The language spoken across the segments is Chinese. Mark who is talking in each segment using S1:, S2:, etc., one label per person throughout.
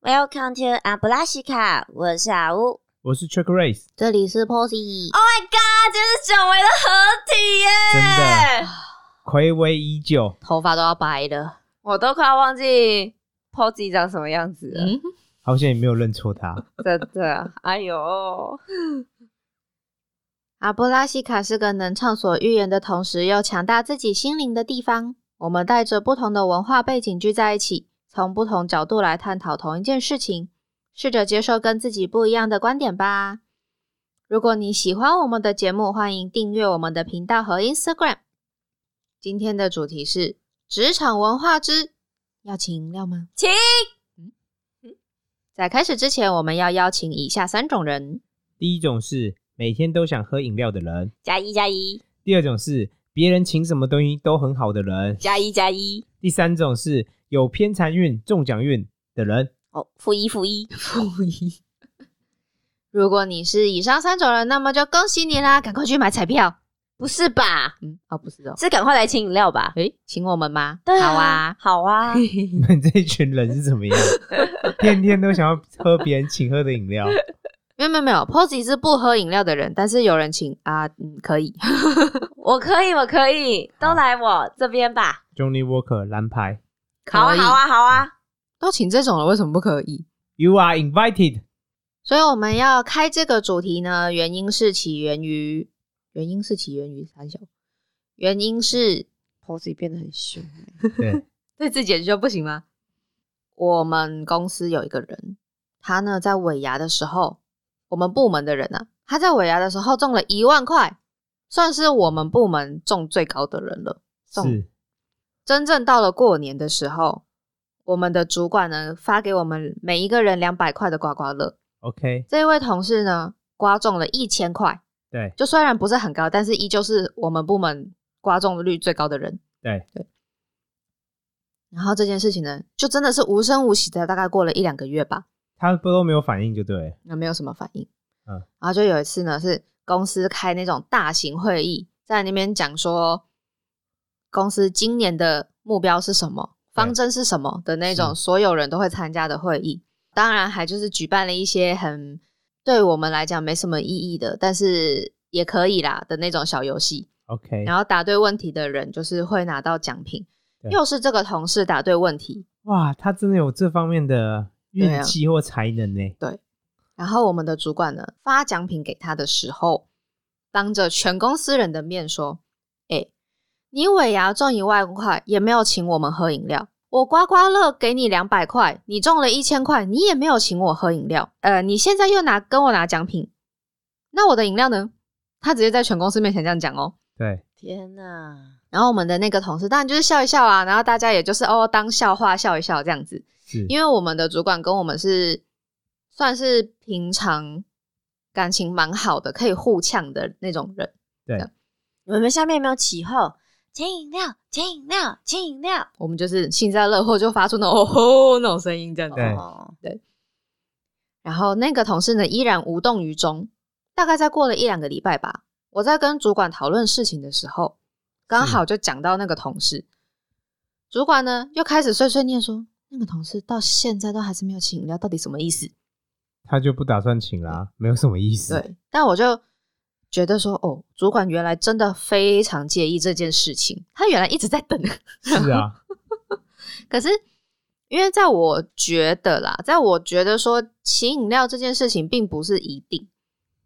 S1: Welcome to 阿布拉西卡，我是阿乌，
S2: 我是 Chuck Race，
S3: 这里是 Posy，、
S1: Oh my god！这是久违的合体耶！
S2: 真的，暌违已久。
S3: 头发都要白了。
S1: 我都快要忘记 Posy 长什么样子了。
S3: 嗯，
S2: 好险你没有认错他。
S1: 真的，哎呦，
S3: 阿波拉西卡是个能畅所欲言的同时又强大自己心灵的地方。我们带着不同的文化背景聚在一起，从不同角度来探讨同一件事情，试着接受跟自己不一样的观点吧。如果你喜欢我们的节目，欢迎订阅我们的频道和 Instagram。今天的主题是职场文化之，要请饮料吗？嗯
S1: 请
S3: 在开始之前，我们要邀请以下三种人。
S2: 第一种是每天都想喝饮料的人，
S1: 加一加一
S2: 第二种是别人请什么东西都很好的人，
S1: 加一加一
S2: 第三种是有偏财运、中奖运的人。
S1: 哦，负一负一，
S3: 不一。如果你是以上三种人，那么就恭喜你啦！赶快去买彩票。
S1: 不是吧？
S3: 嗯，哦，不是哦，
S1: 是赶快来请饮料吧。
S3: 诶，请我们吗？
S1: 对啊，
S3: 好 啊。
S1: 好啊，
S2: 你们这群人是怎么 样？天天都想要喝别人请喝的饮料，
S3: 没有没有没有，Posy 是不喝饮料的人，但是有人请啊，嗯，可以。
S1: 我可以，我可以，都来我这边吧。
S2: Johnny Walker 蓝牌
S3: 可以
S1: 好啊，好，啊，好啊。
S3: 都请这种了，为什么不可以？
S2: ，You are invited。
S3: 所以我们要开这个主题呢，原因是起源于，原因是起源于三小，原因是
S1: Posy 变得很凶，
S2: 对，
S3: 对自己研究不行吗？我们公司有一个人，他呢在尾牙的时候，我们部门的人啊，他在尾牙的时候中了一万块，算是我们部门中最高的人了。中
S2: 是
S3: 真正到了过年的时候，我们的主管呢发给我们每一个人两百块的刮刮乐，
S2: OK。
S3: 这位同事呢刮中了一千块，
S2: 对
S3: 就虽然不是很高，但是依旧是我们部门刮中率最高的人。
S2: 对
S3: 对。然后这件事情呢，就真的是无声无息的，大概过了一两个月吧，
S2: 他不都没有反应就对了，
S3: 那没有什么反应。
S2: 嗯。
S3: 然后就有一次呢，是公司开那种大型会议，在那边讲说公司今年的目标是什么，方针是什么的那种，
S2: 嗯是
S3: 所有人都会参加的会议。当然，还就是举办了一些很对我们来讲没什么意义的，但是也可以啦的那种小游戏。
S2: OK。
S3: 然后答对问题的人就是会拿到奖品。
S2: 对
S3: 又是这个同事答对问题，
S2: 哇，他真的有这方面的
S3: 对
S2: 运
S3: 啊
S2: 气或才能呢、
S3: 然后我们的主管呢发奖品给他的时候，当着全公司人的面说：“哎、你尾牙中一万块，也没有请我们喝饮料。我刮刮乐给你两百块，你中了一千块，你也没有请我喝饮料。呃，你现在又拿跟我拿奖品，那我的饮料呢？”他直接在全公司面前这样讲哦。
S2: 对，
S1: 天哪，
S3: 然后我们的那个同事当然就是笑一笑啊，然后大家也就是哦当笑话笑一笑这样子。
S2: 是
S3: 因为我们的主管跟我们是算是平常感情蛮好的，可以互呛的那种人。
S1: 你们下面有没有起候？请饮料，请饮料，请饮料。
S3: 我们就是幸灾乐祸，就发出那种哦吼那种声音这样子。
S2: 对
S1: 哦
S3: 然后那个同事呢，依然无动于衷。大概再过了一两个礼拜吧，我在跟主管讨论事情的时候，刚好就讲到那个同事。主管呢又开始碎碎念说，那个同事到现在都还是没有请饮料，到底什么意思？
S2: 他就不打算请啦，没有什么意思。
S3: 对，但我就觉得说，哦，主管原来真的非常介意这件事情，他原来一直在等。
S2: 是啊，
S3: 可是因为在我觉得啦，在我觉得说请饮料这件事情并不是一定，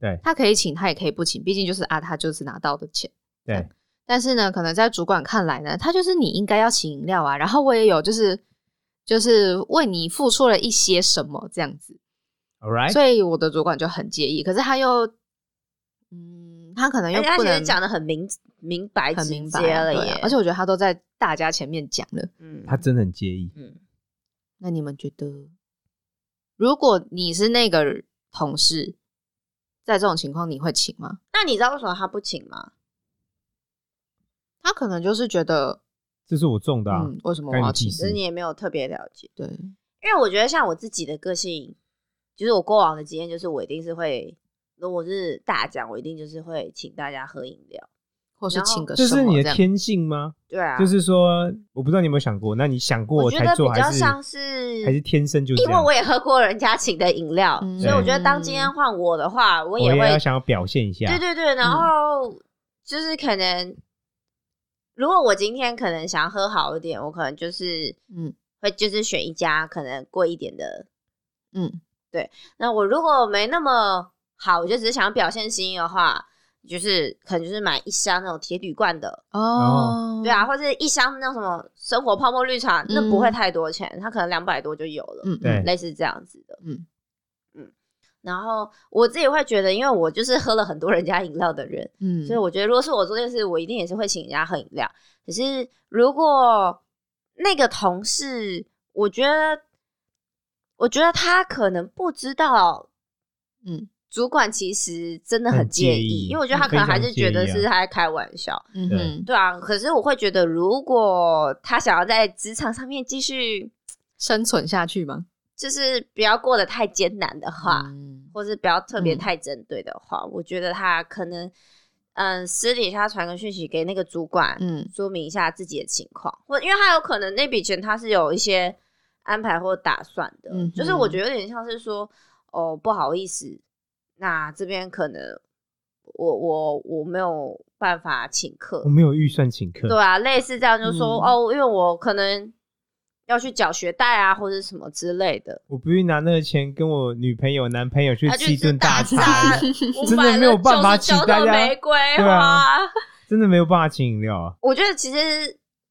S2: 对
S3: 他可以请，他也可以不请，毕竟就是啊，他就是拿到的钱。
S2: 对
S3: 但是呢，可能在主管看来呢，他就是你应该要请饮料啊，然后我也有就是就是为你付出了一些什么这样子。
S2: ，All right，
S3: 所以我的主管就很介意，可是他又，嗯，他可能
S2: 哎
S3: 又
S1: 而且他
S3: 不
S1: 其实
S3: 能
S1: 讲的很明明白
S3: 很
S1: 直
S3: 明白
S1: 接了
S3: 对啊
S1: 耶，
S3: 而且我觉得他都在大家前面讲了。
S1: 嗯
S2: 他真的很介意。
S1: 嗯，
S3: 那你们觉得，如果你是那个同事，在这种情况你会请吗？
S1: 那你知道为什么他不请吗？
S3: 他可能就是觉得，
S2: 这是我中的啊，
S3: 嗯，为什么我
S2: 干
S3: 要
S2: 你
S3: 请
S2: 屁？
S1: 其实
S2: 事
S1: 你。也没有特别了解，
S3: 对，
S1: 因为我觉得像我自己的个性，就是我过往的经验，就是我一定是会，如果是大奖，我一定就是会请大家喝饮料。
S3: 或是请个
S2: 这
S3: 什
S2: 是
S3: 么
S2: 你
S3: 这
S2: 的
S3: 样。
S2: 天性吗？
S1: 对啊，
S2: 就是说，我不知道你有没有想过，那你想过
S1: 我觉
S2: 才
S1: 得
S2: 做，
S1: 比较
S2: 还是
S1: 像是
S2: 还是天生就这
S1: 因为
S2: 样？
S1: 我也喝过人家请的饮料，
S3: 嗯
S1: 所以我觉得当今天换我的话，我也
S2: 我
S1: 会，
S2: 要想要表现一下，嗯
S1: 对对对，然后就是可能，如果我今天可能想要喝好一点，我可能就是
S3: 嗯
S1: 会就是选一家可能贵一点的。
S3: 嗯，
S1: 那我如果没那么好，我就只是想要表现心意的话，就是可能就是买一箱那种铁铝罐的，
S3: 哦，
S1: 对啊，，或者一箱那种什么生活泡沫绿茶，那
S3: 嗯
S1: 不会太多钱，它可能两百多就有了。
S3: 嗯，
S2: 对
S3: 嗯
S1: 类似这样子的，
S3: 嗯
S1: 嗯然后我自己会觉得，因为我就是喝了很多人家饮料的人，
S3: 嗯，
S1: 所以我觉得如果是我做这件事，我一定也是会请人家喝饮料。可是如果那个同事，我觉得，我觉得他可能不知道
S3: 嗯
S1: 主管其实真的
S2: 很
S1: 很介
S2: 介
S1: 意，
S2: 意
S1: 因为我觉得他可能还是觉得是他在开玩笑。
S3: 嗯
S2: 对
S3: 哼，
S1: 对啊，可是我会觉得，如果他想要在职场上面继续，
S3: 生存下去吗？
S1: 就是不要过得太艰难的话，
S3: 嗯
S1: 或是不要特别
S3: 嗯
S1: 太针对的话，我觉得他可能嗯私底下传个讯息给那个主管，
S3: 嗯
S1: 说明一下自己的情况，或因为他有可能那笔钱他是有一些安排或打算的，
S3: 嗯哼
S1: 就是我觉得有点像是说哦不好意思，那这边可能我我我没有办法请客
S2: 我，没有预算请客，
S1: 对啊，类似这样就说、
S3: 嗯
S1: 哦，因为我可能要去缴学贷啊或者什么之类的，
S2: 我不愿意拿那个钱跟我女朋友、男朋友去
S1: 他
S2: 吃
S1: 去
S2: 一顿
S1: 吃
S2: 大
S1: 餐
S2: 餐，，
S1: 我
S2: 真的
S1: 买
S2: 没有
S1: 了
S2: 办法请
S1: 99朵
S2: 大家
S1: 玫瑰
S2: 对
S1: 花。
S2: 啊 真的没有办法请饮料啊。
S1: 我觉得其实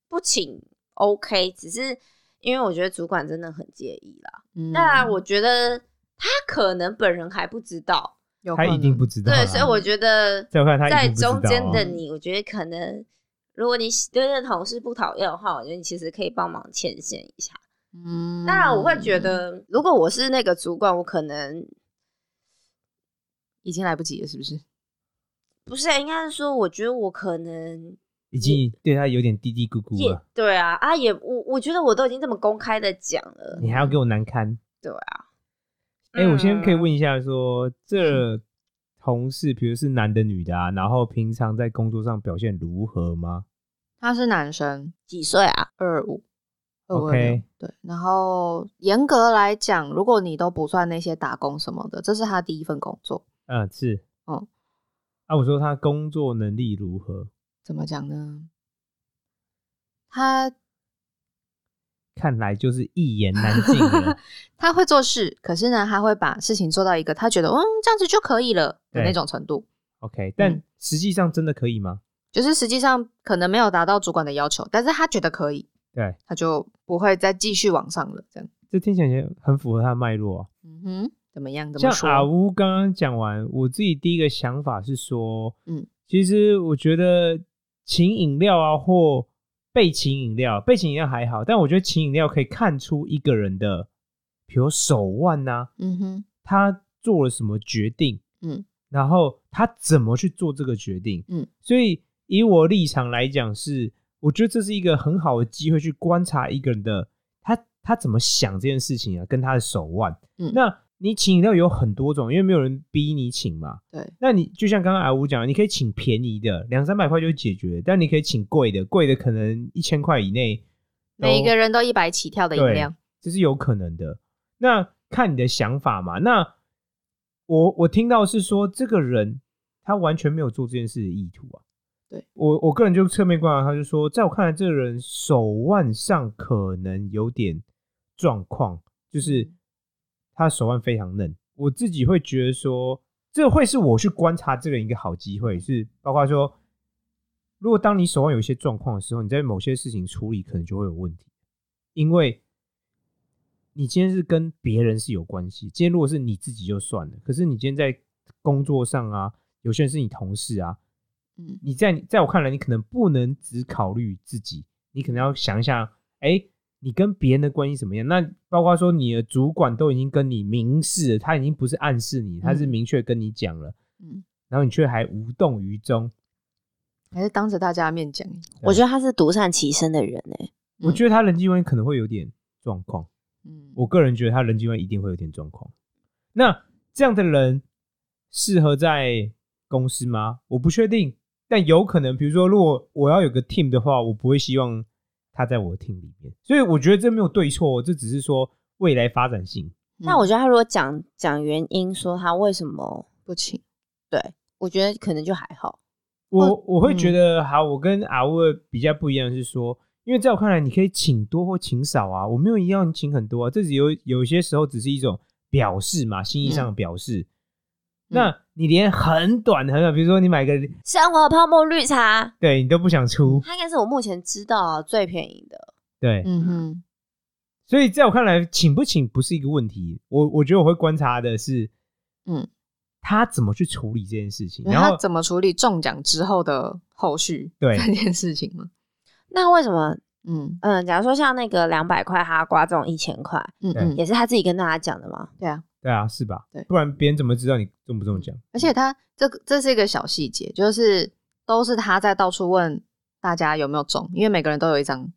S1: 不请 OK，只是因为我觉得主管真的很介意啦。
S3: 嗯
S1: 当然，我觉得他可能本人还不知道，
S3: 有
S2: 他
S3: 可
S2: 一定
S3: 能
S2: 不知道啦。
S1: 对，所以我觉得
S2: 再看他
S1: 在
S2: 一定不知道啊
S1: 中间的你，我觉得可能如果你喜对那同事不讨厌的话，我觉得你其实可以帮忙牵线一下。
S3: 嗯
S1: 当然，我会觉
S2: 嗯
S1: 得如果我是那个主管，我可能
S3: 已经来不及了，是不是？
S1: 不是，啊应该是说，我觉得我可能
S2: 已经对他有点嘀嘀咕咕
S1: 也
S2: 了，
S1: 对啊啊也我我觉得我都已经这么公开的讲了，
S2: 你还要给我难堪？
S1: 对啊。
S2: 哎、我先可以
S1: 嗯
S2: 问一下说这同事，比如是男的、女的啊，然后平常在工作上表现如何吗？
S3: 他是男生，
S1: 几岁啊？
S3: 二五。
S2: OK
S3: 226对，然后严格来讲，如果你都不算那些打工什么的，这是他第一份工作，
S2: 嗯、是。
S3: 哦
S2: 啊，我说他工作能力如何？
S3: 怎么讲呢？他
S2: 看来就是一言难尽 了。
S3: 他会做事，可是呢，他会把事情做到一个他觉得嗯这样子就可以了的
S2: 对
S3: 那种程度，
S2: OK，但
S3: 嗯
S2: 实际上真的可以吗？
S3: 就是实际上可能没有达到主管的要求，但是他觉得可以，
S2: 对，
S3: 他就不会再继续往上了。这样，
S2: 这听起来很符合他的脉络啊。
S3: 嗯哼，怎么样？怎么
S2: 像阿
S3: 说？
S2: 乌刚刚讲完，我自己第一个想法是说，
S3: 嗯
S2: 嗯，其实我觉得请饮料啊，或被请饮料，被请饮料还好，但我觉得请饮料可以看出一个人的，比如手腕呐、
S3: 嗯哼，
S2: 他做了什么决定，
S3: 嗯
S2: 嗯，然后他怎么去做这个决定，
S3: 嗯
S2: 嗯，所以以我立场来讲是，我觉得这是一个很好的机会去观察一个人的他他怎么想这件事情啊，跟他的手腕。
S3: 嗯
S2: 那你请饮料有很多种，因为没有人逼你请嘛。
S3: 对，
S2: 那你就像刚刚阿吴讲的，你可以请便宜的，两三百块就解决，但你可以请贵的，贵的可能一千块以内，
S3: 每一个人都一百起跳的饮
S2: 对
S3: 料，
S2: 这是有可能的。那看你的想法嘛。那我我听到是说，这个人他完全没有做这件事的意图啊。
S3: 对
S2: 我，我个人就侧面观察，他就说，在我看来，这个人手腕上可能有点状况，
S3: 嗯
S2: 就是他手腕非常嫩。我自己会觉得说，这会是我去观察这个人一个好机
S3: 嗯
S2: 会，是包括说，如果当你手腕有一些状况的时候，你在某些事情处理可能就会有问题，因为你今天是跟别人是有关系。今天如果是你自己就算了，可是你今天在工作上啊，有些人是你同事啊，
S3: 嗯
S2: 你在在我看来，你可能不能只考虑自己，你可能要想一下，哎，你跟别人的关系怎么样？那包括说你的主管都已经跟你明示了，他已经不是暗示你，他是明确跟你讲了，
S3: 嗯，
S2: 然后你却还无动于衷。
S3: 还是当着大家的面讲，
S2: 嗯
S1: 我觉得他是独善其身的人哎、
S2: 我觉得他人际关系可能会有点状况，
S3: 嗯，
S2: 我个人觉得他人际关系一定会有点状况。那这样的人适合在公司吗？我不确定，但有可能，比如说，如果我要有个 team 的话，我不会希望他在我的 team 里面。所以我觉得这没有对错，哦这只是说未来发展性。
S1: 那
S2: 嗯
S1: 我觉得他如果讲讲原因，说他为什么，
S3: 不请，
S1: 我觉得可能就还好。
S2: 我我会
S3: 嗯
S2: 觉得，好，我跟阿沃比较不一样的是说，因为在我看来，你可以请多或请少啊，我没有一样请很多啊，这只有有些时候只是一种表示嘛，心意上
S3: 嗯
S2: 的表示。那你连很短很短，比如说你买个
S1: 生活泡沫绿茶，
S2: 对你都不想出，
S1: 它应该是我目前知道最便宜的。
S2: 对，
S3: 嗯哼，
S2: 所以在我看来，请不请不是一个问题。我我觉得我会观察的是，
S3: 嗯，
S2: 他怎么去处理这件事情，然
S3: 然后
S2: 后
S3: 他怎么处理中奖之后的后续
S2: 对
S3: 这件事情嘛？
S1: 那为什么？
S3: 嗯
S1: 嗯，假如说像那个两百块，他刮中一千块，
S3: 嗯
S2: 对
S3: 嗯，
S1: 也是他自己跟大家讲的嘛。
S3: 对啊。
S2: 对啊，是吧？
S3: 对嗯
S2: 不然别人怎么知道你中不中奖？
S3: 而且他这个这是一个小细节，就是都是他在到处问大家有没有中，因为每个人都有一张。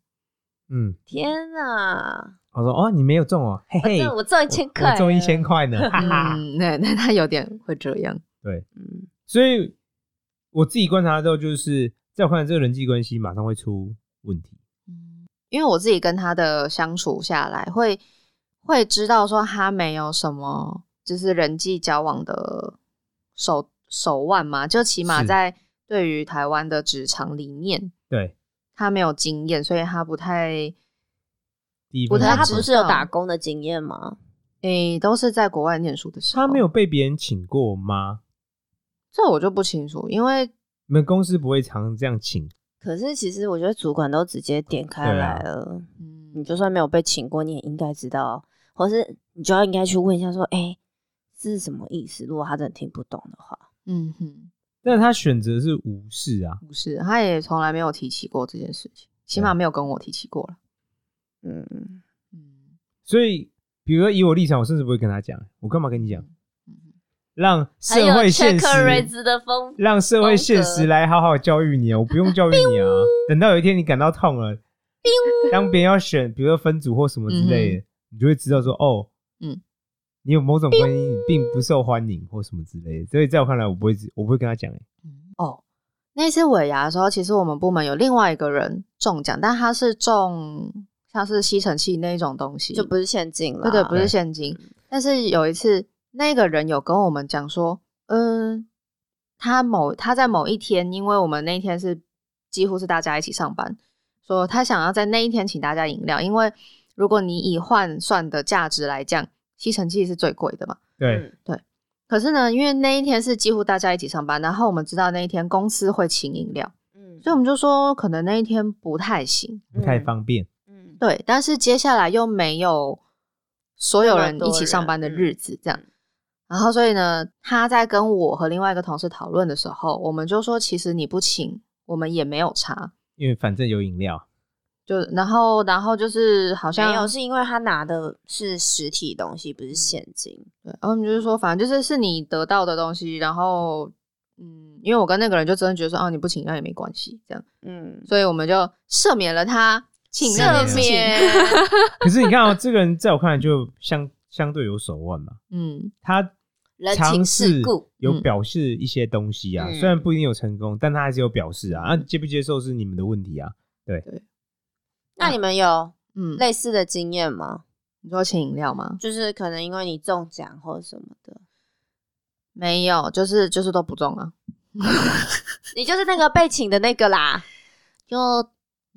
S2: 嗯，
S1: 天哪，
S2: 我说哦，你没有中哦，嘿
S1: 我
S2: 嘿，
S1: 中我中一千块，
S2: 我中一千。块呢，哈哈。
S3: 嗯，对，那他有点会这样。
S1: 嗯，
S2: 所以我自己观察到，就是在我看来，这个人际关系马上会出问题。
S3: 嗯，因为我自己跟他的相处下来，会会知道说他没有什么就是人际交往的手手腕嘛，就起码
S2: 是
S3: 在对于台湾的职场里面，
S2: 对，
S3: 他没有经验，所以他不太诶、
S2: 第一
S3: 我
S2: 份
S3: 觉
S1: 那
S3: 得
S1: 他
S3: 他
S1: 不
S3: 知
S1: 是有
S3: 道
S1: 打工的经验吗？
S3: 都是在国外念书的时候，
S2: 他没有被别人请过吗？
S3: 这我就不清楚，因为
S2: 你们公司不会常这样请？
S1: 可是其实我觉得主管都直接点开
S2: 对
S1: 来
S2: 啊
S1: 了，你
S3: 嗯
S1: 就算没有被请过，你也应该知道，或是你就要应该去问一下说，哎、这是什么意思？如果他真的听不懂的话，
S3: 嗯哼，
S2: 但他选择是无视啊，
S3: 不是，他也从来没有提起过这件事情，起码没有跟我提起过了。
S1: 嗯，
S3: 嗯
S2: 所以，比如说以我立场，我甚至不会跟他讲，我干嘛跟你讲？
S3: 嗯，
S2: 让社
S1: 很有
S2: 会现
S1: Chuck Raise
S2: 实，
S1: 的风，
S2: 让社会现实来好好教育你啊！我不用教 育你啊！等到有一天你感到痛了，当别人要选，比如说分组或什么之
S1: 嗯
S2: 类的，你就会知道说，哦，
S3: 嗯
S2: 你有某种关系，你并不受欢迎或什么之类的。所以在我看来，我不会，我不会跟他讲、欸。
S3: 哦，那次尾牙的时候，其实我们部门有另外一个人中奖，但他是中像是吸尘器那一种东西，
S1: 就不是嗯现金了，
S3: 对对，不是
S2: 对
S3: 现金。但是有一次，那个人有跟我们讲说，嗯，他某他在某一天，因为我们那一天是几乎是大家一起上班，说他想要在那一天请大家饮料，因为如果你以换算的价值来讲，吸尘器是最贵的嘛。
S2: 对，
S1: 嗯
S3: 可是呢，因为那一天是几乎大家一起上班，然后我们知道那一天公司会请饮料，
S1: 嗯
S3: 所以我们就说可能那一天不太行，
S2: 不太方便。
S1: 嗯，
S3: 对。但是接下来又没有所有人
S1: 那么多
S3: 一起上班的
S1: 人嗯
S3: 日子，这样。然后所以呢，他在跟我和另外一个同事讨论的时候，我们就说，其实你不请，我们也没有差。
S2: 因为反正有饮料，
S3: 就然后然后就是好像
S1: 没有，是因为他拿的是实体东西，不是现金。
S3: 对，然后我们就是说，反正就是是你得到的东西，然后嗯，因为我跟那个人就真的觉得说，哦，你不请那也没关系，这样，
S1: 嗯，
S3: 所以我们就赦免了他，请
S2: 赦
S3: 那
S2: 免
S3: 件事
S2: 免
S3: 情，
S2: 可是你看 哦，这个人在我看来就相相对有手腕嘛。
S3: 嗯，
S2: 他
S1: 人情
S2: 尝
S1: 世
S2: 试
S1: 故，
S2: 有
S3: 嗯
S2: 表示一些东西啊，
S1: 嗯
S2: 虽然不一定有成功，但他还是有表示啊。那、接不接受是你们的问题啊。
S1: 那你们有
S3: 嗯，
S1: 类似的经验吗？
S3: 你说请饮料吗？
S1: 就是可能因为你中奖或者什么的，
S3: 没有，就是就是都不中啊，
S1: 你就是那个被请的那个啦。哦
S3: 就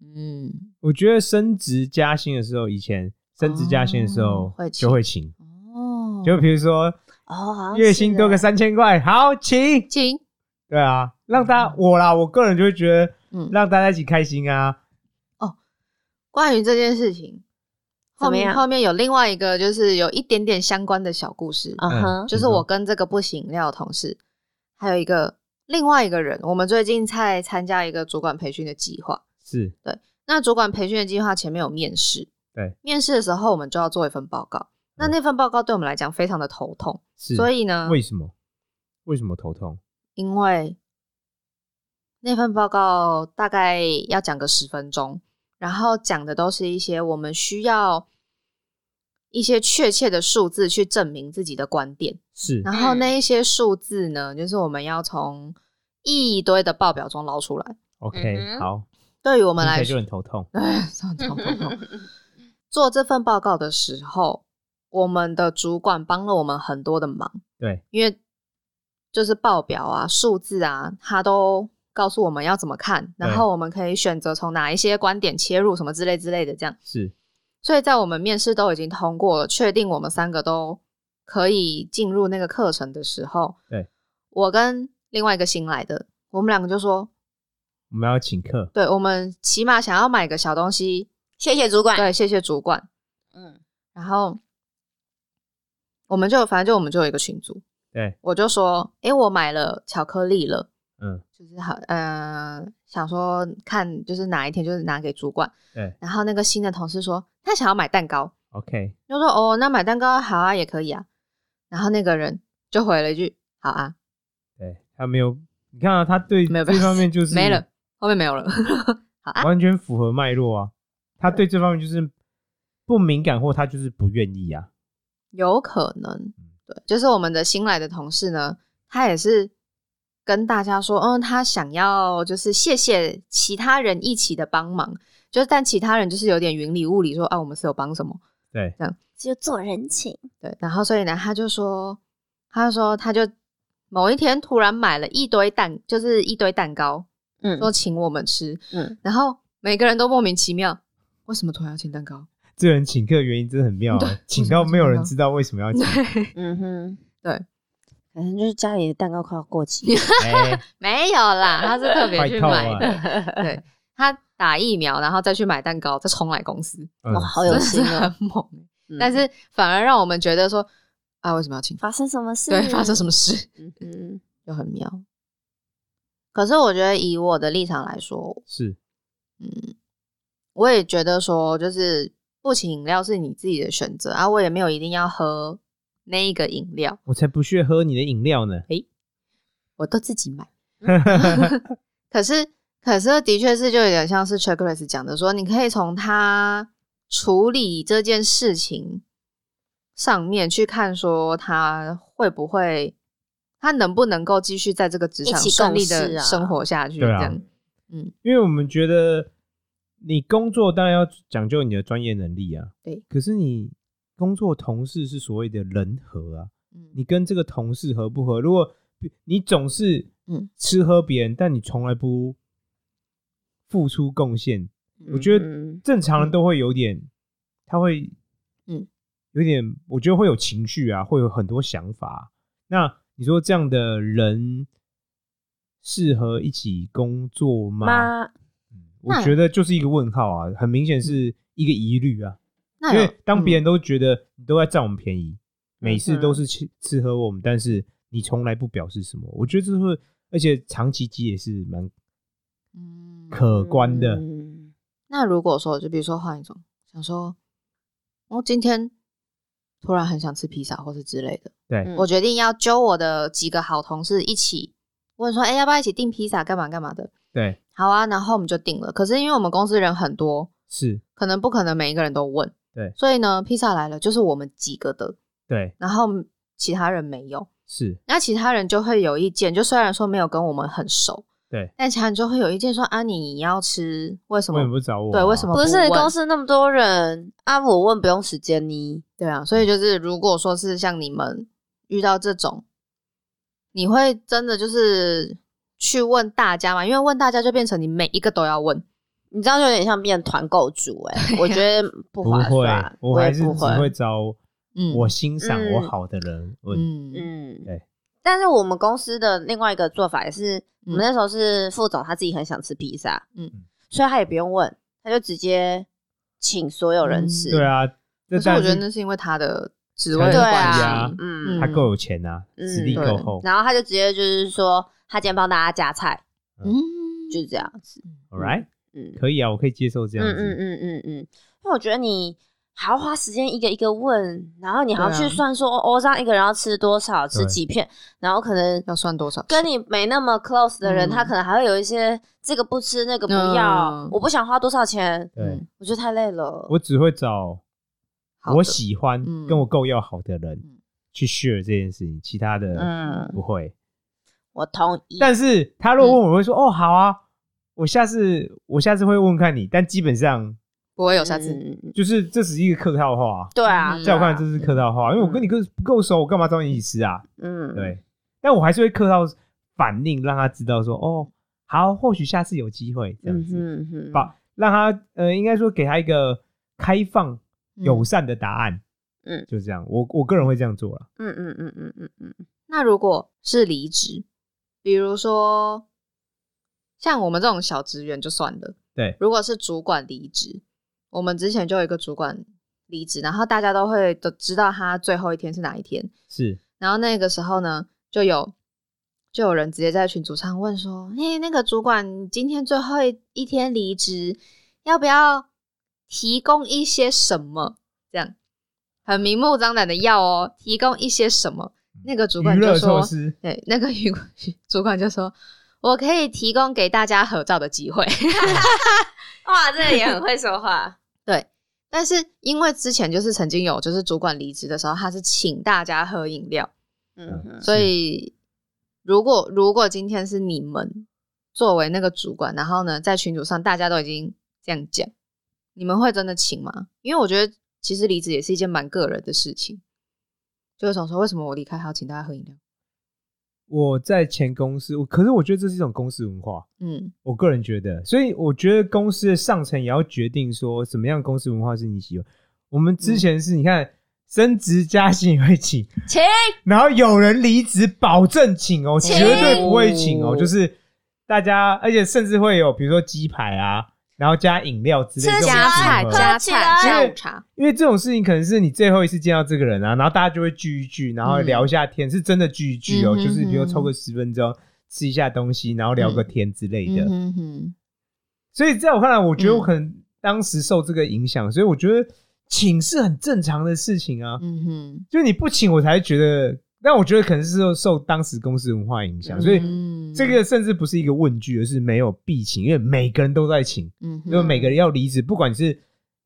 S3: 嗯，
S2: 我觉得升职加薪的时候，以前升职加薪的时
S3: 哦
S2: 候
S3: 会请
S2: 就会请，
S3: 哦，
S2: 就比如说
S1: 哦，好像
S2: 月薪
S1: 是
S2: 多个
S1: 欸
S2: 三千块，好请。
S3: 请，
S2: 对啊，让大家我啦，我个人就会觉得
S3: 嗯，
S2: 让大家一起开心啊。
S3: 关于这件事情，
S1: 怎
S3: 后
S1: 么
S3: 面
S1: 样
S3: 后面有另外一个就是有一点点相关的小故事，
S1: 嗯哼，
S3: 就是我跟这个不行饮料的同事，还有一个另外一个人，我们最近在参加一个主管培训的计划。
S2: 是
S3: 那主管培训的计划前面有面试，
S2: 对，
S3: 面试的时候我们就要做一份报告。那
S2: 嗯
S3: 那份报告对我们来讲非常的头痛，
S2: 是，
S3: 所以呢，
S2: 为什么为什么头痛？
S3: 因为那份报告大概要讲个十分钟，然后讲的都是一些我们需要一些确切的数字去证明自己的观点。
S2: 是
S3: 然后
S1: 嗯
S3: 那一些数字呢，就是我们要从一堆的报表中捞出来。
S2: OK，、
S1: 嗯哼
S2: 好，
S3: 对于我
S2: 我
S3: 们来
S2: 就
S3: 说，
S2: 很头痛。
S3: 哎，痛痛痛痛！ 做这份报告的时候，我们的主管帮了我们很多的忙，
S2: 对，
S3: 因为就是报表啊、数字啊，他都告诉我们要怎么看，
S2: 对
S3: 然后我们可以选择从哪一些观点切入，什么之类之类的这样。
S2: 是
S3: 所以在我们面试都已经通过了，确定我们三个都可以进入那个课程的时候，
S2: 对，
S3: 我跟另外一个新来的，我们两个就说，
S2: 我们要请客，
S3: 对我们起码想要买个小东西，
S1: 谢谢主管。
S3: 对，谢谢主管。
S1: 嗯，
S3: 然后我们就反正就我们就有一个群组，
S2: 对，
S3: 我就说，诶，我买了巧克力了，
S2: 嗯，
S3: 就是好，呃，想说看就是哪一天就是拿给主管，
S2: 对
S3: 然后那个新的同事说他想要买蛋糕，
S2: ，OK，
S3: 就说哦，那买蛋糕好啊，也可以啊，然后那个人就回了一句好啊，
S2: 对他没有，你看啊，他对
S3: 没有
S2: 这方面就是
S3: 没了，，后面没有了，
S2: 完全符合脉络啊。他对这方面就是不敏感，或他就是不愿意啊。
S3: 有可能，对，就是我们的新来的同事呢，他也是跟大家说，嗯，他想要就是谢谢其他人一起的帮忙，就是但其他人就是有点云里雾里说，啊，我们是有帮什么，
S2: 对，
S1: 就做人情。
S3: 对，然后所以呢，他就说，他就说他就某一天突然买了一堆蛋，就是一堆蛋糕，
S1: 嗯
S3: 说请我们吃，
S1: 嗯，
S3: 然后每个人都莫名其妙，为什么突然要请蛋糕？
S2: 这人请客原因真的很妙啊，请到没有人知道为什么要 请。
S1: 嗯哼，
S3: 对，
S1: 反正就是家里的蛋糕快要过 期。
S2: 哎，
S3: 没有啦，他是特别
S2: 快
S3: 去
S2: 透
S3: 买
S2: 啊
S3: 的。对他打疫苗，然后再去买蛋糕，再冲来公司，
S2: 嗯
S1: 哇，好有心
S3: 真的
S1: 哦！
S3: 很猛。欸
S1: 嗯
S3: 但是反而让我们觉得说，啊，为什么要请？
S1: 发生什么事？
S3: 对，发生什么事
S1: 嗯哼，
S3: 就很妙。可是我觉得以我的立场来说，
S2: 是
S3: 嗯，我也觉得说，就是不请饮料是你自己的选择啊，我也没有一定要喝那一个饮料，
S2: 我才不屑喝你的饮料呢。
S3: 我都自 己买。可是，可是的确是就有点像是 Checklist 讲的说，你可以从他处理这件事情上面去看，说他会不会，他能不能够继续在这个职场
S1: 一起
S3: 顺利
S1: 共事
S3: 的
S1: 啊
S3: 生活下去？
S2: 对啊
S3: 这样，嗯
S2: 因为我们觉得你工作当然要讲究你的专业能力啊，
S3: 对。
S2: 可是你工作同事是所谓的人和啊，你
S3: 嗯，
S2: 跟这个同事合不合？如果你总是
S3: 嗯
S2: 吃喝别人，但你从来不付出贡献，我觉得
S1: 嗯
S2: 正常人都会有点，他会
S3: 嗯
S2: 有点，我觉得会有情绪啊，会有很多想法。啊那你说这样的人适合一起工作吗？嗯
S1: 妈，嗯
S2: 我
S3: 那
S2: 觉得就是一个问号啊，很明显是一个疑虑啊。
S3: 那
S2: 因
S3: 有
S2: 为当别人
S3: 嗯
S2: 都觉得你都在占我们便宜，每次都
S1: 嗯哼
S2: 是吃吃喝我们，但是你从来不表示什么，我觉得这会，而且长期积也是蛮
S3: 嗯
S2: 可观的。
S1: 嗯
S3: 那如果说，就比如说换一种，想说，我今天突然很想吃披萨，或是之类的，
S2: 对
S1: 嗯
S3: 我决定要揪我的几个好同事一起问说，哎、要不要一起订披萨，干嘛干嘛的？
S2: 对，
S3: 好啊，然后我们就订了。可是因为我们公司人很多，
S2: 是，
S3: 可能不可能每一个人都问，
S2: 对
S3: 所以呢，披萨来了就是我们几个的，
S2: 对，
S3: 然后其他人没有，
S2: 是，
S3: 那其他人就会有意见，就虽然说没有跟我们很熟，
S2: 对。
S3: 但其他人就会有意见说，啊，你要吃为什
S2: 为什么
S3: 么？
S2: 不找我啊？
S3: 对为什么
S1: 不
S3: 不
S1: 是
S3: 问
S1: 公司那么多人啊，我问不用时间呢。
S3: 对啊，
S2: 嗯
S3: 所以就是如果说是像你们遇到这种，你会真的就是去问大家嘛？因为问大家就变成你每一个都要问，
S1: 你这样就有点像变团购主哎、我觉得不
S2: 不
S1: 划
S2: 会
S1: 算，，
S2: 我
S1: 也
S2: 还是
S1: 不
S2: 只会找
S3: 嗯，
S2: 我欣赏我
S1: 嗯
S2: 好的人问。
S3: 嗯嗯
S1: 嗯，
S2: 对。
S1: 但是我们公司的另外一个做法也是，我们
S3: 嗯
S1: 那时候是副总他自己很想吃披萨，
S3: 嗯
S1: 所以他也不用问，他就直接请所有人
S3: 嗯
S1: 吃。
S2: 对，啊，这
S3: 可是我
S2: 但
S3: 觉得那是嗯因为他的职位
S2: 才
S3: 的
S1: 对
S2: 能
S3: 关
S2: 管
S3: 系
S2: 理啊
S1: 啊，嗯
S3: 嗯
S2: 他够有钱啊，
S1: 嗯
S2: 实力
S3: 对
S2: 够厚。
S1: 然后他就直接就是说，他今天帮大家夹菜，
S3: 嗯，
S1: 就是这样子。
S2: All right，
S1: 嗯，
S2: 可以啊，我可以接受
S1: 嗯
S2: 这样
S1: 嗯
S2: 子。
S1: 嗯嗯嗯，因为我觉得你还要花时间一个一个问，然后你还要
S3: 对啊
S1: 去算说，哦，这样一个人要吃多少，吃
S2: 对
S1: 几片，然后可能
S3: 要算多少钱？
S1: 跟你没那么 close 的人，
S3: 嗯
S1: 他可能还会有一些这个不吃那个不要，
S3: 嗯
S1: 我不想花多少钱，
S2: 对，
S1: 我觉得太累了。
S2: 我只会找
S3: 好的
S2: 我喜欢
S3: 嗯
S2: 跟我够要好的人
S3: 嗯
S2: 去 share 这件事情，其他的
S1: 嗯，
S2: 不会。
S1: 我同意。
S2: 但是他
S1: 嗯
S2: 如果问我，我会说、哦，好啊，我下次我下次会问看你。但基本上
S4: 不会有下次。
S1: 嗯
S2: 就是这只是一个客套话、啊，
S1: 对啊，
S4: 嗯
S1: 对
S2: 在
S1: 啊
S2: 我看来这是客套话，因为我跟你够不够熟，我干嘛找你一起吃啊？
S1: 嗯，
S2: 对，但我还是会客套反应，让他知道说哦，好，或许下次有机会这样
S1: 嗯
S2: 子，
S1: 哼嗯哼，
S2: 把让他呃，应该说给他一个开放
S4: 嗯
S2: 友善的答案，
S1: 嗯
S2: 就这样，我我个人会这样做了，
S1: 嗯嗯嗯嗯嗯嗯嗯，
S3: 那如果是离职，比如说像我们这种小职员就算了，
S2: 对
S3: 如果是主管离职，我们之前就有一个主管离职，然后大家都会都知道他最后一天是哪一天，
S2: 是
S3: 然后那个时候呢，就有就有人直接在群组上问说：“嘿，那个主管今天最后一一天离职，要不要提供一些什么？”这样很明目张胆的要哦，提供一些什么？那个主管
S2: 嗯娱
S3: 就
S2: 乐措
S3: 说
S2: 施：“，
S3: 对，那个主管 主管就说。”我可以提供给大家合照的机会，
S1: 哇，这个也很会说话，
S3: 但是因为之前就是曾经有就是主管离职的时候，他是请大家喝饮料，
S1: 嗯哼，
S3: 所以，如果如果今天是你们作为那个主管，然后呢，在群组上大家都已经这样讲，你们会真的请吗？因为我觉得其实离职也是一件蛮个人的事情，就会想说为什么我离开还要请大家喝饮料？
S2: 我在前公司，我可是我觉得这是一种公司文化，
S3: 嗯
S2: 我个人觉得，所以我觉得公司的上层也要决定说，怎么样公司文化是你喜欢。我们之前是你看升职加薪也会请，
S1: 请
S2: 然后有人离职，保证请哦，
S1: 请
S2: 绝对不会请哦，
S4: 哦
S2: 就是大家，而且甚至会有比如说鸡排啊，然后加饮料之类的
S1: 吃
S2: 这种
S1: 加
S2: 组
S1: 菜
S2: 合
S1: 加
S3: 菜
S1: 起
S2: 来
S3: 下午茶，
S2: 因为这种事情可能是你最后一次见到这个人啊，然后大家就会聚一聚，然后聊一下天，是真的聚一聚哦，
S3: 嗯嗯哼
S2: 就是比如抽个十分钟吃一下东西，然后聊个天之类的。
S3: 嗯哼嗯哼，
S2: 所以在我看来，我觉得我可能当时受这个影响，所以我觉得请是很正常的事情啊。
S3: 嗯哼，
S2: 就你不请，我才觉得，但我觉得可能是受受当时公司文化影响，啊所以
S3: 以
S2: 这个甚至不是一个问句，而是没有必请，因为每个人都在请，
S3: 嗯哼，
S2: 因为每个人要离职，不管你是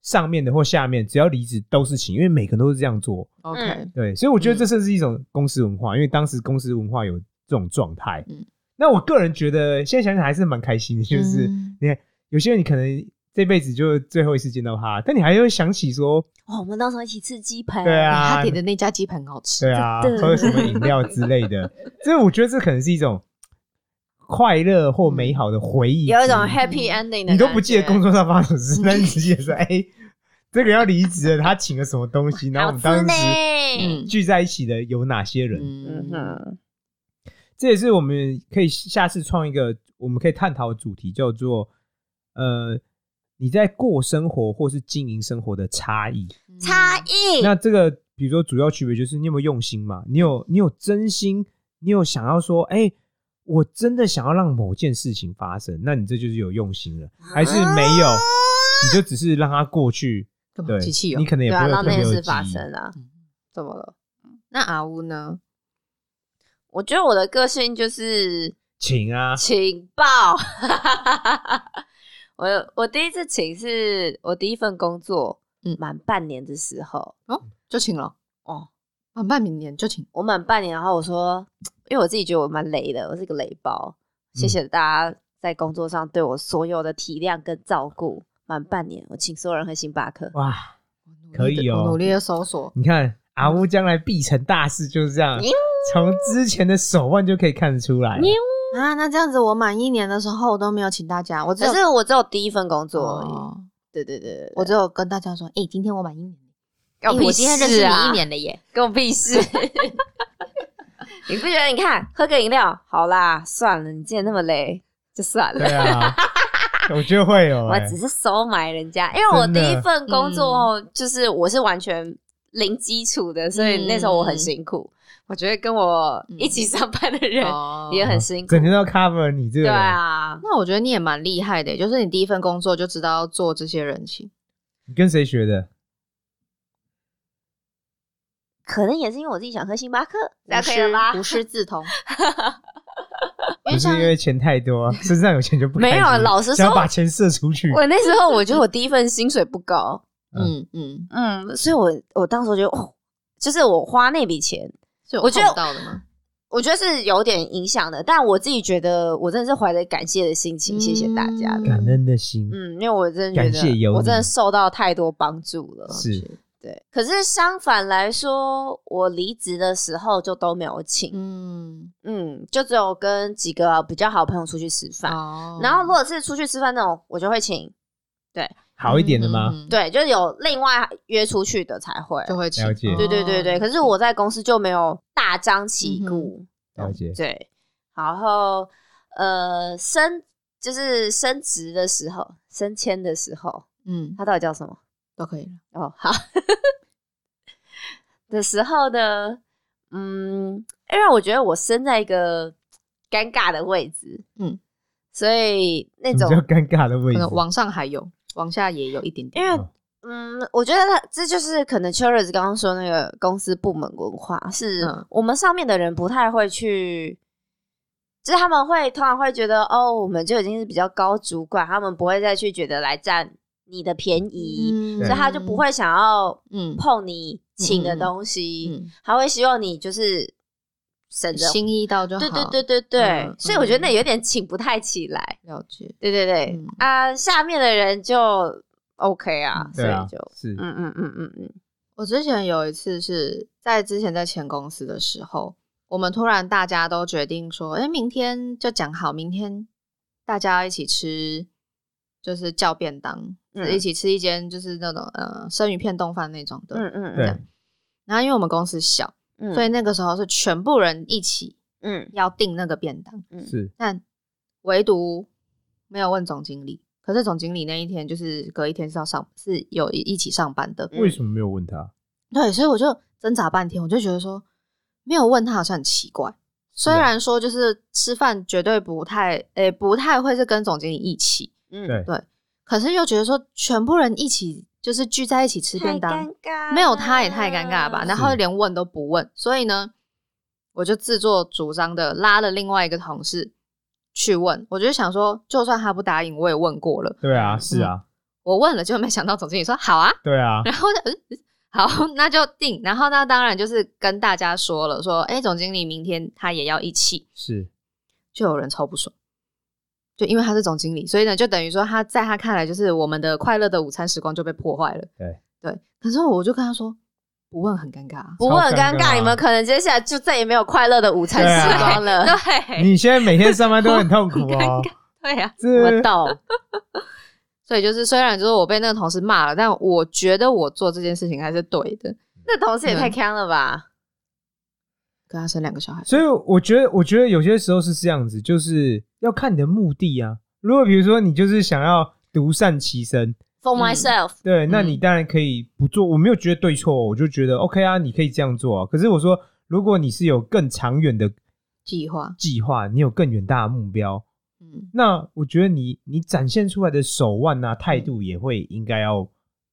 S2: 上面的或下面，只要离职都是请，因为每个人都是这样做。
S1: 嗯
S3: OK，
S2: 对，所以我觉得这甚至是一种公司文化，因为当时公司文化有这种状态。
S3: 嗯
S2: 那我个人觉得，现在想想还是蛮开心的，就是、
S3: 嗯
S2: 你看有些人你可能这辈子就最后一次见到他，但你还会想起说，
S1: 哇，我们到时候一起吃鸡排，
S2: 对
S3: 哎
S2: 啊，
S3: 他点的那家鸡排很好吃，
S2: 对啊，
S1: 真的
S2: 喝什么饮料之类 的，所以我觉得这可能是一种快乐或美好的回忆，
S1: 嗯有一种 happy ending 的，
S2: 嗯你都不记得工，作上发 生什么事，但你只记得说，哎、这个要离职了，他请了什么东西，然后
S1: 好
S2: 我们
S1: 吃
S2: 当时
S1: 呢，
S3: 嗯
S2: 聚在一起的有哪些人？
S1: 嗯
S3: 嗯
S1: 哼，
S2: 这也是我们可以下次创一个我们可以探讨的主题，叫做呃，你在过生活或是经营生活的差异。
S3: 嗯
S1: 差异，
S2: 那这个比如说主要区别就是你有没有用心嘛？
S1: 嗯
S2: 你有你有真心，你有想要说，哎、我真的想要让某件事情发生，那你这就是有用心了，还是
S1: 啊
S2: 没有？你就只是让它过去，
S3: 干嘛
S2: 对，
S3: 机器哦
S2: 你可能也
S1: 对啊，
S2: 不会有
S1: 让
S2: 特别
S1: 那件
S2: 有
S1: 事
S2: 记
S1: 发
S2: 忆
S1: 生啊。
S3: 怎么了？那阿乌呢？
S1: 我觉得我的个性就是
S2: 请 啊，
S1: 情报。 我我第一次请是我第一份工作，
S3: 嗯
S1: 满半年的时候，
S3: 就请了
S1: 哦，
S3: 晚半明年就请。
S1: 我满半年，然后我说，因为我自己觉得我蛮雷的，我是个雷包，
S3: 嗯
S1: 谢谢大家在工作上对我所有的体谅跟照顾。满半年，我请所有人喝星巴克。
S2: 哇，可以哦
S3: 我努力的搜索。
S2: 你
S1: 嗯
S2: 看阿乌将来必成大事就是这样
S1: 喵，
S2: 从之前的手腕就可以看得出来。
S1: 喵
S3: 啊，那这样子，我满一年的时候我都没有请大家，我只有
S1: 可是我只有第一份工作而已，
S3: 哦
S1: 对对对对，
S3: 我只有跟大家说，哎、今天我满一年，
S1: 干我
S3: 诶
S1: 屁
S3: 哦我今天认识你
S1: 事啊
S3: 一年了耶。
S1: 跟我屁 事！你不觉得？你看，喝个饮料，好啦，算了，你既然那么累，就算
S2: 对
S1: 了。
S2: 啊，我觉得会有、
S1: 我
S2: 欸，
S1: 只是收买人家，因为我
S2: 真
S1: 第
S2: 的
S1: 一份工作就是我是完全零基础的，所以那时候我很辛苦。我觉得跟我一起上班的人
S3: 哦
S1: 也很辛苦
S2: 整，天都要 cover 你这个
S1: 对
S2: 人，
S1: 啊，
S3: 那我觉得你也蛮厉害的，就是你第一份工作就知道要做这些人情。
S2: 你跟谁学的？
S1: 可能也是因为我自己想喝星巴克，这样可
S3: 无师
S1: 以了吧？
S3: 无师自通。
S2: 不
S3: 因为
S2: 是
S3: 像
S2: 因为钱太多，啊身上有钱就不开心
S1: 没有啊老实说
S2: 想把钱射出去。
S1: 我那时候我觉得我第一份薪水不 高，
S3: 嗯嗯，
S1: 嗯，所以我我当时觉得哦，就是我花那笔钱，
S3: 是有
S1: 我觉
S3: 碰
S1: 得
S3: 到的吗？
S1: 我觉得是有点影响的，但我自己觉得我真的是怀着感谢的心情，谢谢大家的。
S2: 感恩的心，
S1: 嗯，因为我真的
S2: 感
S1: 觉
S2: 谢
S1: 得
S2: 有
S1: 我真的
S2: 你
S1: 受到太多帮助了。
S2: 是
S1: 对，可是相反来说，我离职的时候就都没有请，
S3: 嗯，
S1: 嗯就只有跟几个比较好朋友出去吃饭。
S3: 哦
S1: 然后如果是出去吃饭那种，我就会请，
S2: 好一点的吗？？
S3: 嗯嗯嗯
S1: 对，就是有另外约出去的才会。
S3: 就会请哦嗯
S2: 了解
S1: 对对对对，可是我在公司就没有大张旗鼓。
S2: 了解，
S1: 对，然后呃升就是升职的时候，升迁的时候，
S3: 嗯，
S1: 它到底叫什么？
S3: 都可以了。
S1: 哦，好 的时候呢，嗯，因为我觉得我身在一个尴尬的位置，
S3: 嗯，
S1: 所以那
S2: 比
S1: 种
S2: 较，尴尬的位置
S3: 可能，往上还有，往下也有一点点。
S1: 因为嗯，我觉得他这就是可能 c h i r s 刚刚说那个公司部门文化，是
S3: 嗯
S1: 我们上面的人不太会去。就是他们会通常会觉得哦，我们就已经是比较高主管，他们不会再去觉得来占你的便宜，
S3: 嗯
S2: 对
S1: 所以他就不，会想要
S3: 嗯
S1: 碰你请的
S3: 嗯嗯嗯
S1: 东西，
S3: 嗯，
S1: 他会希望你就是省着，
S3: 心意到就好。
S1: 对对对对对，
S3: 嗯
S1: 所以我觉得那有点请不太起来，
S3: 了解。
S1: 对对对，
S3: 嗯
S1: 啊，下面的人就 OK 啊
S3: 嗯，
S1: 所
S2: 对啊
S1: 以就，
S2: 是
S1: 嗯嗯嗯嗯嗯，
S3: 我之前有一次是在之前在前公司的时候，我们突然大家都决定说，哎、明天就讲好，明天大家一起吃，就是叫便当，
S1: 嗯
S3: 一起吃一间就是那种呃生鱼片冻饭那种的。
S1: 嗯嗯
S2: 对
S1: 嗯，
S3: 然后因为我们公司小，
S1: 嗯
S3: 所以那个时候是全部人一起
S1: 嗯
S3: 要订那个便当，
S1: 嗯
S2: 是
S3: 但唯独没有问总经理。可是总经理那一天就是隔一天是要上，是有一起上班的。
S1: 嗯
S2: 为什么没有问他？
S3: 对，所以我就挣扎半天，我就觉得说没有问他好像很奇怪。
S2: 是
S3: 虽
S2: 啊
S3: 然说就是吃饭绝对不太，诶、不太会是跟总经理一起，
S1: 嗯，
S2: 对
S3: 可是又觉得说全部人一起就是聚在一起吃
S1: 太
S3: 便当
S1: 尴，尬，
S3: 没有他也太尴尬了吧？然后
S2: 是
S3: 连问都不问，所以呢，我就自作主张的拉了另外一个同事去问，我就想说，就算他不答应，我也问过了，
S2: 对啊，
S1: 嗯
S2: 是啊，
S3: 我问了，结果没想到总经理说好啊，
S2: 对啊，
S3: 然后呢，嗯 好，那就定。然后那当然就是跟大家说了，说，哎，总经理明天他也要一起，
S2: 是
S3: 就有人超不爽，就因为他是总经理，所以呢，就等于说他在他看来就是我们的快乐的午餐时光就被破坏了。
S2: 对
S3: 对，可是我就跟他说，不问很尴尬啊。
S1: 不会很尴
S2: 超尴尬
S1: 尬，你们可能接下来就再也没有快乐的午餐
S2: 对啊
S1: 时光 了，
S3: 对，
S2: 你现在每天上班都很痛苦
S3: 很
S2: 哦
S3: 尴，对呀、
S1: 我
S2: 这
S1: 懂，
S3: 所以就是虽然就是我被那个同事骂了，但我觉得我做这件事情还是对的。
S1: 那同事也太坑了吧？
S3: 跟他生两个小孩，
S2: 所以我觉得，我觉得有些时候是这样子，就是要看你的目的啊。如果比如说你就是想要独善其身，
S1: For
S3: 嗯
S1: myself，
S2: 对，那
S3: 嗯
S2: 你当然可以不做。我没有觉得对错，哦我就觉得 OK 啊，你可以这样做啊。可是我说，如果你是有更长远的
S3: 计划，
S2: 计划，你有更远大的目标，
S3: 嗯，
S2: 那我觉得你你展现出来的手腕啊、态度也会应该要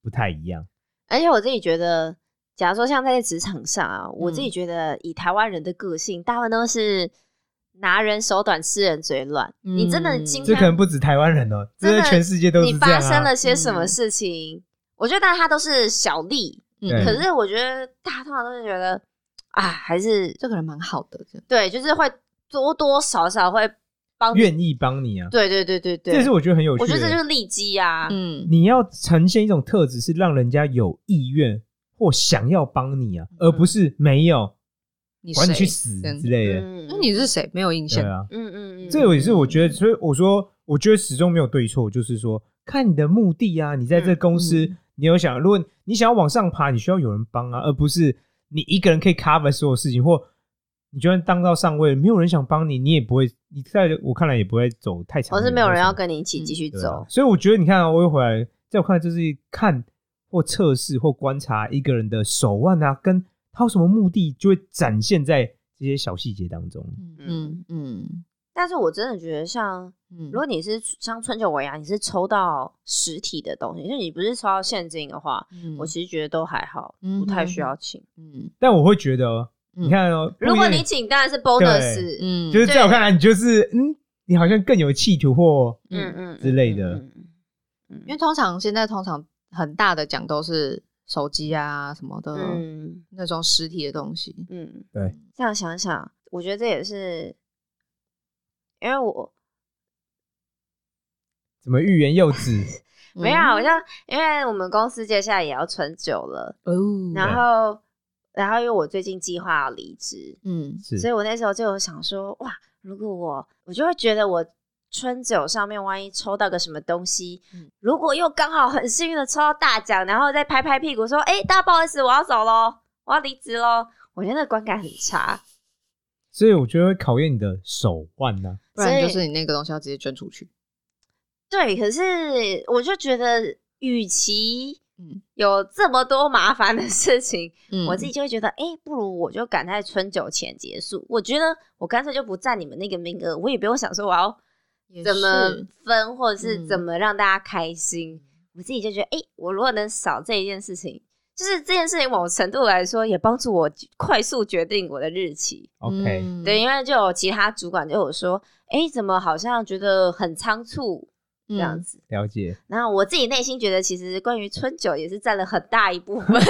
S2: 不太一
S1: 嗯
S2: 样。
S1: 而且我自己觉得，假如说像在职场上啊，我自己
S3: 嗯
S1: 觉得以台湾人的个性，大部分都是拿人手短，吃人嘴软。你真的
S3: 嗯
S1: 今
S2: 这可能
S1: 天
S2: 不止台湾人哦，
S1: 真
S2: 这
S1: 的
S2: 是全世界都
S1: 你
S2: 是这
S1: 发
S2: 样
S1: 生
S2: 啊
S1: 了。些什么
S3: 嗯
S1: 事情，我觉得大家都是小利，
S2: 对
S1: 可是我觉得大家通常都是觉得，啊，还是
S3: 这个人蛮好的，这
S1: 对，就是会多多少少会帮你。
S2: 愿意帮你啊，
S1: 对对对对对，
S2: 这是我觉得很有趣
S1: 我
S2: 的。
S1: 觉得这就是利基啊。
S3: 嗯
S2: 你要呈现一种特质，是让人家有意愿或想要帮你啊，而不是没有，
S3: 嗯你
S2: 管你去
S3: 谁
S2: 死
S3: 真
S2: 之类的。
S1: 嗯
S3: 那你是谁？没有印
S2: 对
S3: 象。
S2: 啊，
S1: 嗯嗯嗯，
S2: 这也是我觉得，所以我说，我觉得始终没有对错，就是说，看你的目的啊，你在这公司，
S3: 嗯
S2: 你有想，如果你想要往上爬，你需要有人帮啊，而不是你一个人可以 cover 所有事情，或你就算当到上位，没有人想帮你，你也不会，你在我看来也不会走太
S1: 嗯
S2: 长
S1: 我
S2: 远。
S1: 是没有人要
S2: 或什么
S1: 跟你一起继续
S2: 对啊
S1: 走。
S2: 所以我觉得，你看、啊，我又回来，在我看来，就是看或测试或观察一个人的手腕啊，跟他有什么目的，就会展现在这些小细节当中。
S3: 嗯嗯
S1: 但是我真的觉得像
S3: 嗯，
S1: 如果你是像春酒尾牙，你是抽到实体的东西，就是你不是抽到现金的话，我
S3: 嗯
S1: 其实觉得都还好，
S3: 嗯
S1: 不太需要请。
S3: 嗯
S2: 但我会觉得哦，
S3: 嗯
S2: 你看哦，
S1: 如果
S2: 不一
S1: 你
S2: 样
S1: 请，当然是 bonus，
S3: 嗯，
S2: 就是在我
S1: 对
S2: 看来，你就是嗯，你好像更有企图或
S1: 嗯
S3: 嗯
S1: 嗯
S2: 之类的
S1: 嗯嗯
S3: 因为
S1: 嗯
S3: 通常现在通常很大的奖都是手机啊什么的
S1: 嗯
S3: 那种实体的东西。
S1: 嗯，
S2: 对。
S1: 这样想一想，我觉得这也是因为我
S2: 怎么欲言又 止？
S1: 没有啊，我就因为我们公司接下来也要存久了，
S3: 哦，
S1: 然后然后因为我最近计划要离职，
S3: 嗯
S2: 是
S1: 所以我那时候就有想说，哇，如果我我就会觉得我春酒上面万一抽到个什么东西，
S3: 嗯
S1: 如果又刚好很幸运的抽到大奖，然后再拍拍屁股说，哎、大家不好意思，我要走喽，我要离职喽，我觉得那观感很差。
S2: 所以我觉得会考验你的手腕啊呢、
S3: 不然就
S1: 所
S3: 是你那个东西要直接捐出去。
S1: 对，可是我就觉得，与其
S3: 嗯
S1: 有这么多麻烦的事情，
S3: 嗯
S1: 我自己就会觉得，哎、不如我就赶在春酒前结束。我觉得我干脆就不占你们那个名额，我也不用想说我要
S3: 也
S1: 怎么
S3: 是
S1: 分，或者是怎
S3: 嗯
S1: 么让大家开心。我自己就觉得，哎、我如果能少这一件事情，就是这件事情某程度来说也帮助我快速决定我的日期。
S2: OK，、
S3: 嗯
S1: 对，因为就有其他主管就有说，哎、怎么好像觉得很仓促这样
S3: 嗯
S1: 子。
S2: 了解。
S1: 然后我自己内心觉得，其实关于春酒也是占了很大一部 分。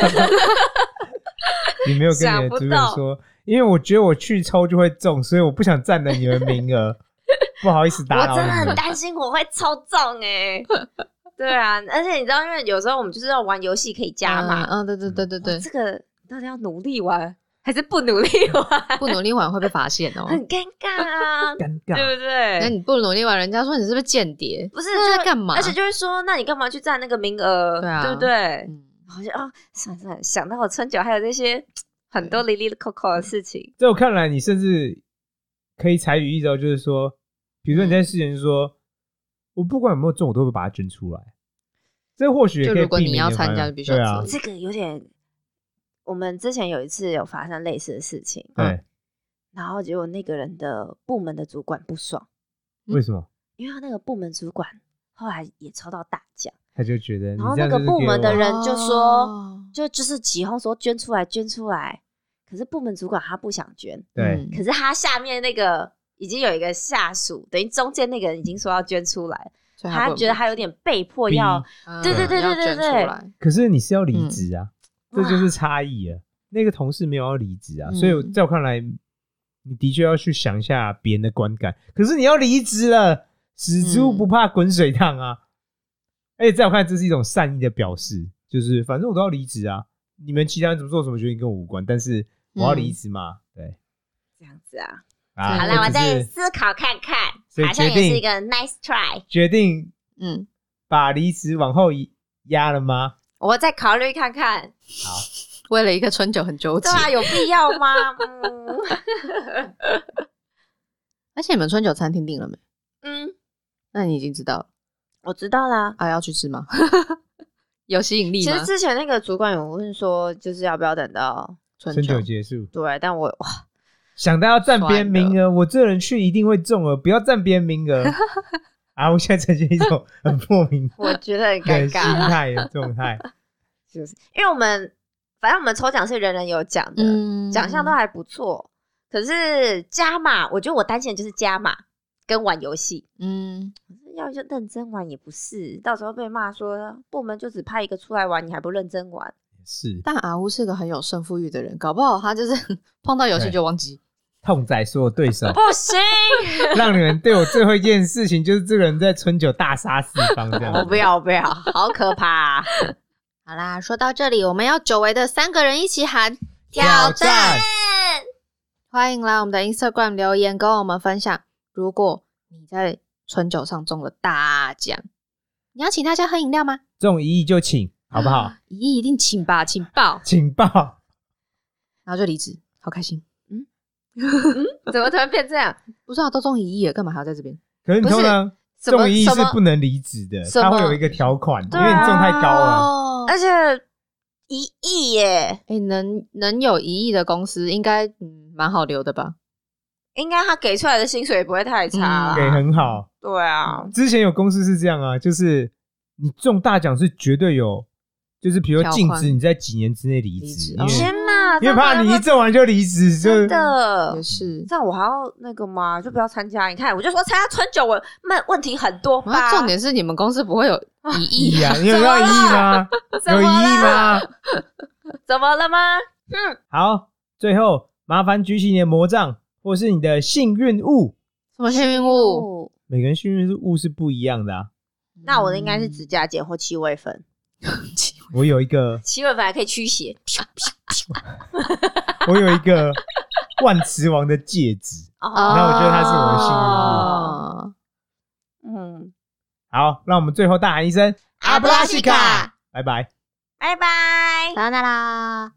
S2: 你没有跟
S1: 想
S2: 你
S1: 不
S2: 的主
S1: 到
S2: 管说，因为我觉得我去抽就会中，所以我不想占了你们名额， 不好意思打
S1: 我
S2: 扰
S1: 真的
S2: 你
S1: 很
S2: 们。
S1: 担心我会抽中哎、 对啊，而且你知道，因为有时候我们就是要玩游戏可以加码，
S3: 嗯，嗯对对对对
S1: 哇
S3: 对，
S1: 这个到底要努力玩还是不努力
S3: 哦
S1: 玩，
S3: 不努力玩会被发现 哦。
S1: 很尴尬 啊，
S2: 尴尬，
S1: 对不对？
S3: 那你不努力玩，人家说你是不是间谍？
S1: 不是
S3: 那
S1: 就
S3: 在干嘛？
S1: 而且就会说，那你干嘛去占那个名额？
S3: 对啊
S1: 不对？
S3: 嗯
S1: 我就哦，算了算了，想到我春酒还有这些很多离离扣扣的事情，
S2: 在我看来，你甚至可以采取一招，就是说，比如说你在事前说，我不管有没有中，我都会把它捐出 来。这或许也
S3: 就
S2: 可以
S3: 如果
S2: 避
S3: 你
S2: 免
S3: 要
S2: 的
S3: 参
S2: 烦
S3: 加
S2: 恼
S3: 就必须
S2: 对
S3: 要
S2: 啊
S3: 自，己
S1: 这个有点。我们之前有一次有发生类似的事情，
S2: 对，
S1: 然后结果那个人的部门的主管不爽。
S2: 为什么？
S1: 因为他那个部门主管后来也抽到大奖，
S2: 他就觉得你
S1: 然后
S2: 这样
S1: 那个
S2: 就是
S1: 部
S2: 给
S1: 门的
S2: 我
S1: 人就说
S3: 哦
S1: 就就是起哄说捐出来，捐出来。可是部门主管他不想捐，
S3: 嗯
S2: 对，
S1: 可是他下面那个已经有一个下属，等于中间那个人已经说要捐出来，
S3: 所以
S1: 他
S3: 不
S1: 觉得他有点被迫要，
S3: 嗯
S1: 对对对
S3: 要
S1: 对对
S3: 捐出
S1: 对
S3: 来
S2: 可是你是要离
S3: 嗯
S2: 职啊，这就是差异了。那个同事没有要离职啊，所以我
S3: 嗯
S2: 在我看来，你的确要去想一下别人的观感。可是你要离职了，死猪不怕滚水烫啊！而且在我看来，这是一种善意的表示，就是反正我都要离职啊，你们其他人怎么做怎么决定跟我无关，但是我要离职嘛，对
S1: 这样子啊。
S2: 啊。
S1: 好
S3: 啦
S1: 了，我
S2: 这只
S1: 再
S2: 是
S1: 思考看看
S2: 所，以
S1: 好像也
S2: 决定
S1: 是一个 nice try。
S2: 决定
S3: 嗯，
S2: 把离职往后压了吗？
S1: 我再考虑看看，
S3: 为了一个春酒很纠结
S1: 对。啊，有必要 吗？嗯
S3: 而且你们春酒餐厅订了没？
S1: 嗯，
S3: 那你已经知道了
S1: 我知道啦。
S3: 啊？要去吃吗？ 有吸引力
S1: 其
S3: 吗
S1: 实？之前那个主管有问说，就是要不要等到
S3: 春
S2: 春
S3: 酒
S2: 酒结束，
S1: 对，但 我哇，
S2: 想到要占别人名啊额，我这人去一定会中额，不要占别人名 额。啊，我现在呈现一种很莫名
S1: 我觉得很
S2: 的
S1: 尴
S2: 心
S1: 尬啦，
S2: 态的状 态。
S1: 就是因为我们反正我们抽奖是人人有奖的，
S3: 嗯
S1: 奖项都还不错，可是加码，我觉得我担心的就是加码跟玩游戏，
S3: 嗯，
S1: 要就认真玩也不是，到时候被骂说部门就只派一个出来玩，你还不认真玩，
S2: 是
S3: 但阿乌是个很有胜负欲的人，搞不好他就是 碰到游戏
S2: 对
S3: 就忘记。
S2: 痛宰所有对手，
S1: 不行，
S2: 让你们对我最后一件事情就是这个人在春酒大杀四方这样 子。
S1: 我不要，我不要，好可怕啊、
S3: 好啦，说到这里，我们要久违的三个人一起喊，
S2: 挑战，
S3: 欢迎来我们的 Instagram 留言跟我们分享，如果你在春酒上中了大奖，你要请大家喝饮料吗？
S2: 中一亿就请，好不
S1: 嗯
S2: 好？
S3: 一定请吧，请报，
S2: 请报，
S3: 然后就离职，好开心。
S1: 怎么突然变这样？
S3: 不知道都中一亿了，干嘛还要在这边？
S2: 可是你通常
S1: 什么
S2: 中一亿
S1: 什
S2: 是
S1: 么
S2: 不能离职的，
S1: 什么
S2: 它会有一个条款，因
S1: 对啊
S2: 为你中太高了。
S3: 哦
S1: 而且一亿耶，
S3: 哎、能能有一亿的公司，应该嗯蛮好留的吧？
S1: 应该他给出来的薪水也不会太差啦、
S3: 嗯
S2: 给很嗯好，
S1: 对啊，
S2: 之前有公司是这样啊，就是你中大奖是绝对有，就是比如说
S3: 条
S2: 禁
S3: 款
S2: 止你在几年之内离
S3: 离
S2: 职，
S3: 职
S2: 因
S3: 哦
S2: 为
S1: 天哪，
S2: 因为怕你一
S1: 这
S2: 中完就离职，就
S1: 真的
S3: 也。是，
S1: 这样我还要那个吗？就不要参加。你看，我就说参加春酒，我问问题很多
S3: 然
S1: 呃吧。
S3: 啊后重点是你们公司不会有一亿
S2: 一
S3: 啊
S2: 啊，你有要一亿吗？
S1: 怎
S2: 有
S1: 么
S2: 一亿
S1: 了？
S2: 吗？
S1: 怎么了吗？
S2: 好，最后麻烦举起你的魔杖，或是你的幸运物，
S3: 什么幸运物？
S1: 哦，
S2: 每个人幸运物是不一样的啊。
S1: 那我的应该是指甲剪或气味粉，
S3: 嗯
S2: 我有一个，
S1: 气味粉还可以驱邪。
S2: 我有一个万磁王的戒指。
S1: 哦，
S2: 我觉得它是我的
S1: 物
S2: 幸运
S3: 物。
S1: 嗯，
S2: 好，让我们最后大喊一声
S1: 阿布拉西卡，
S2: 拜拜。
S1: 拜拜。
S3: 啦啦啦！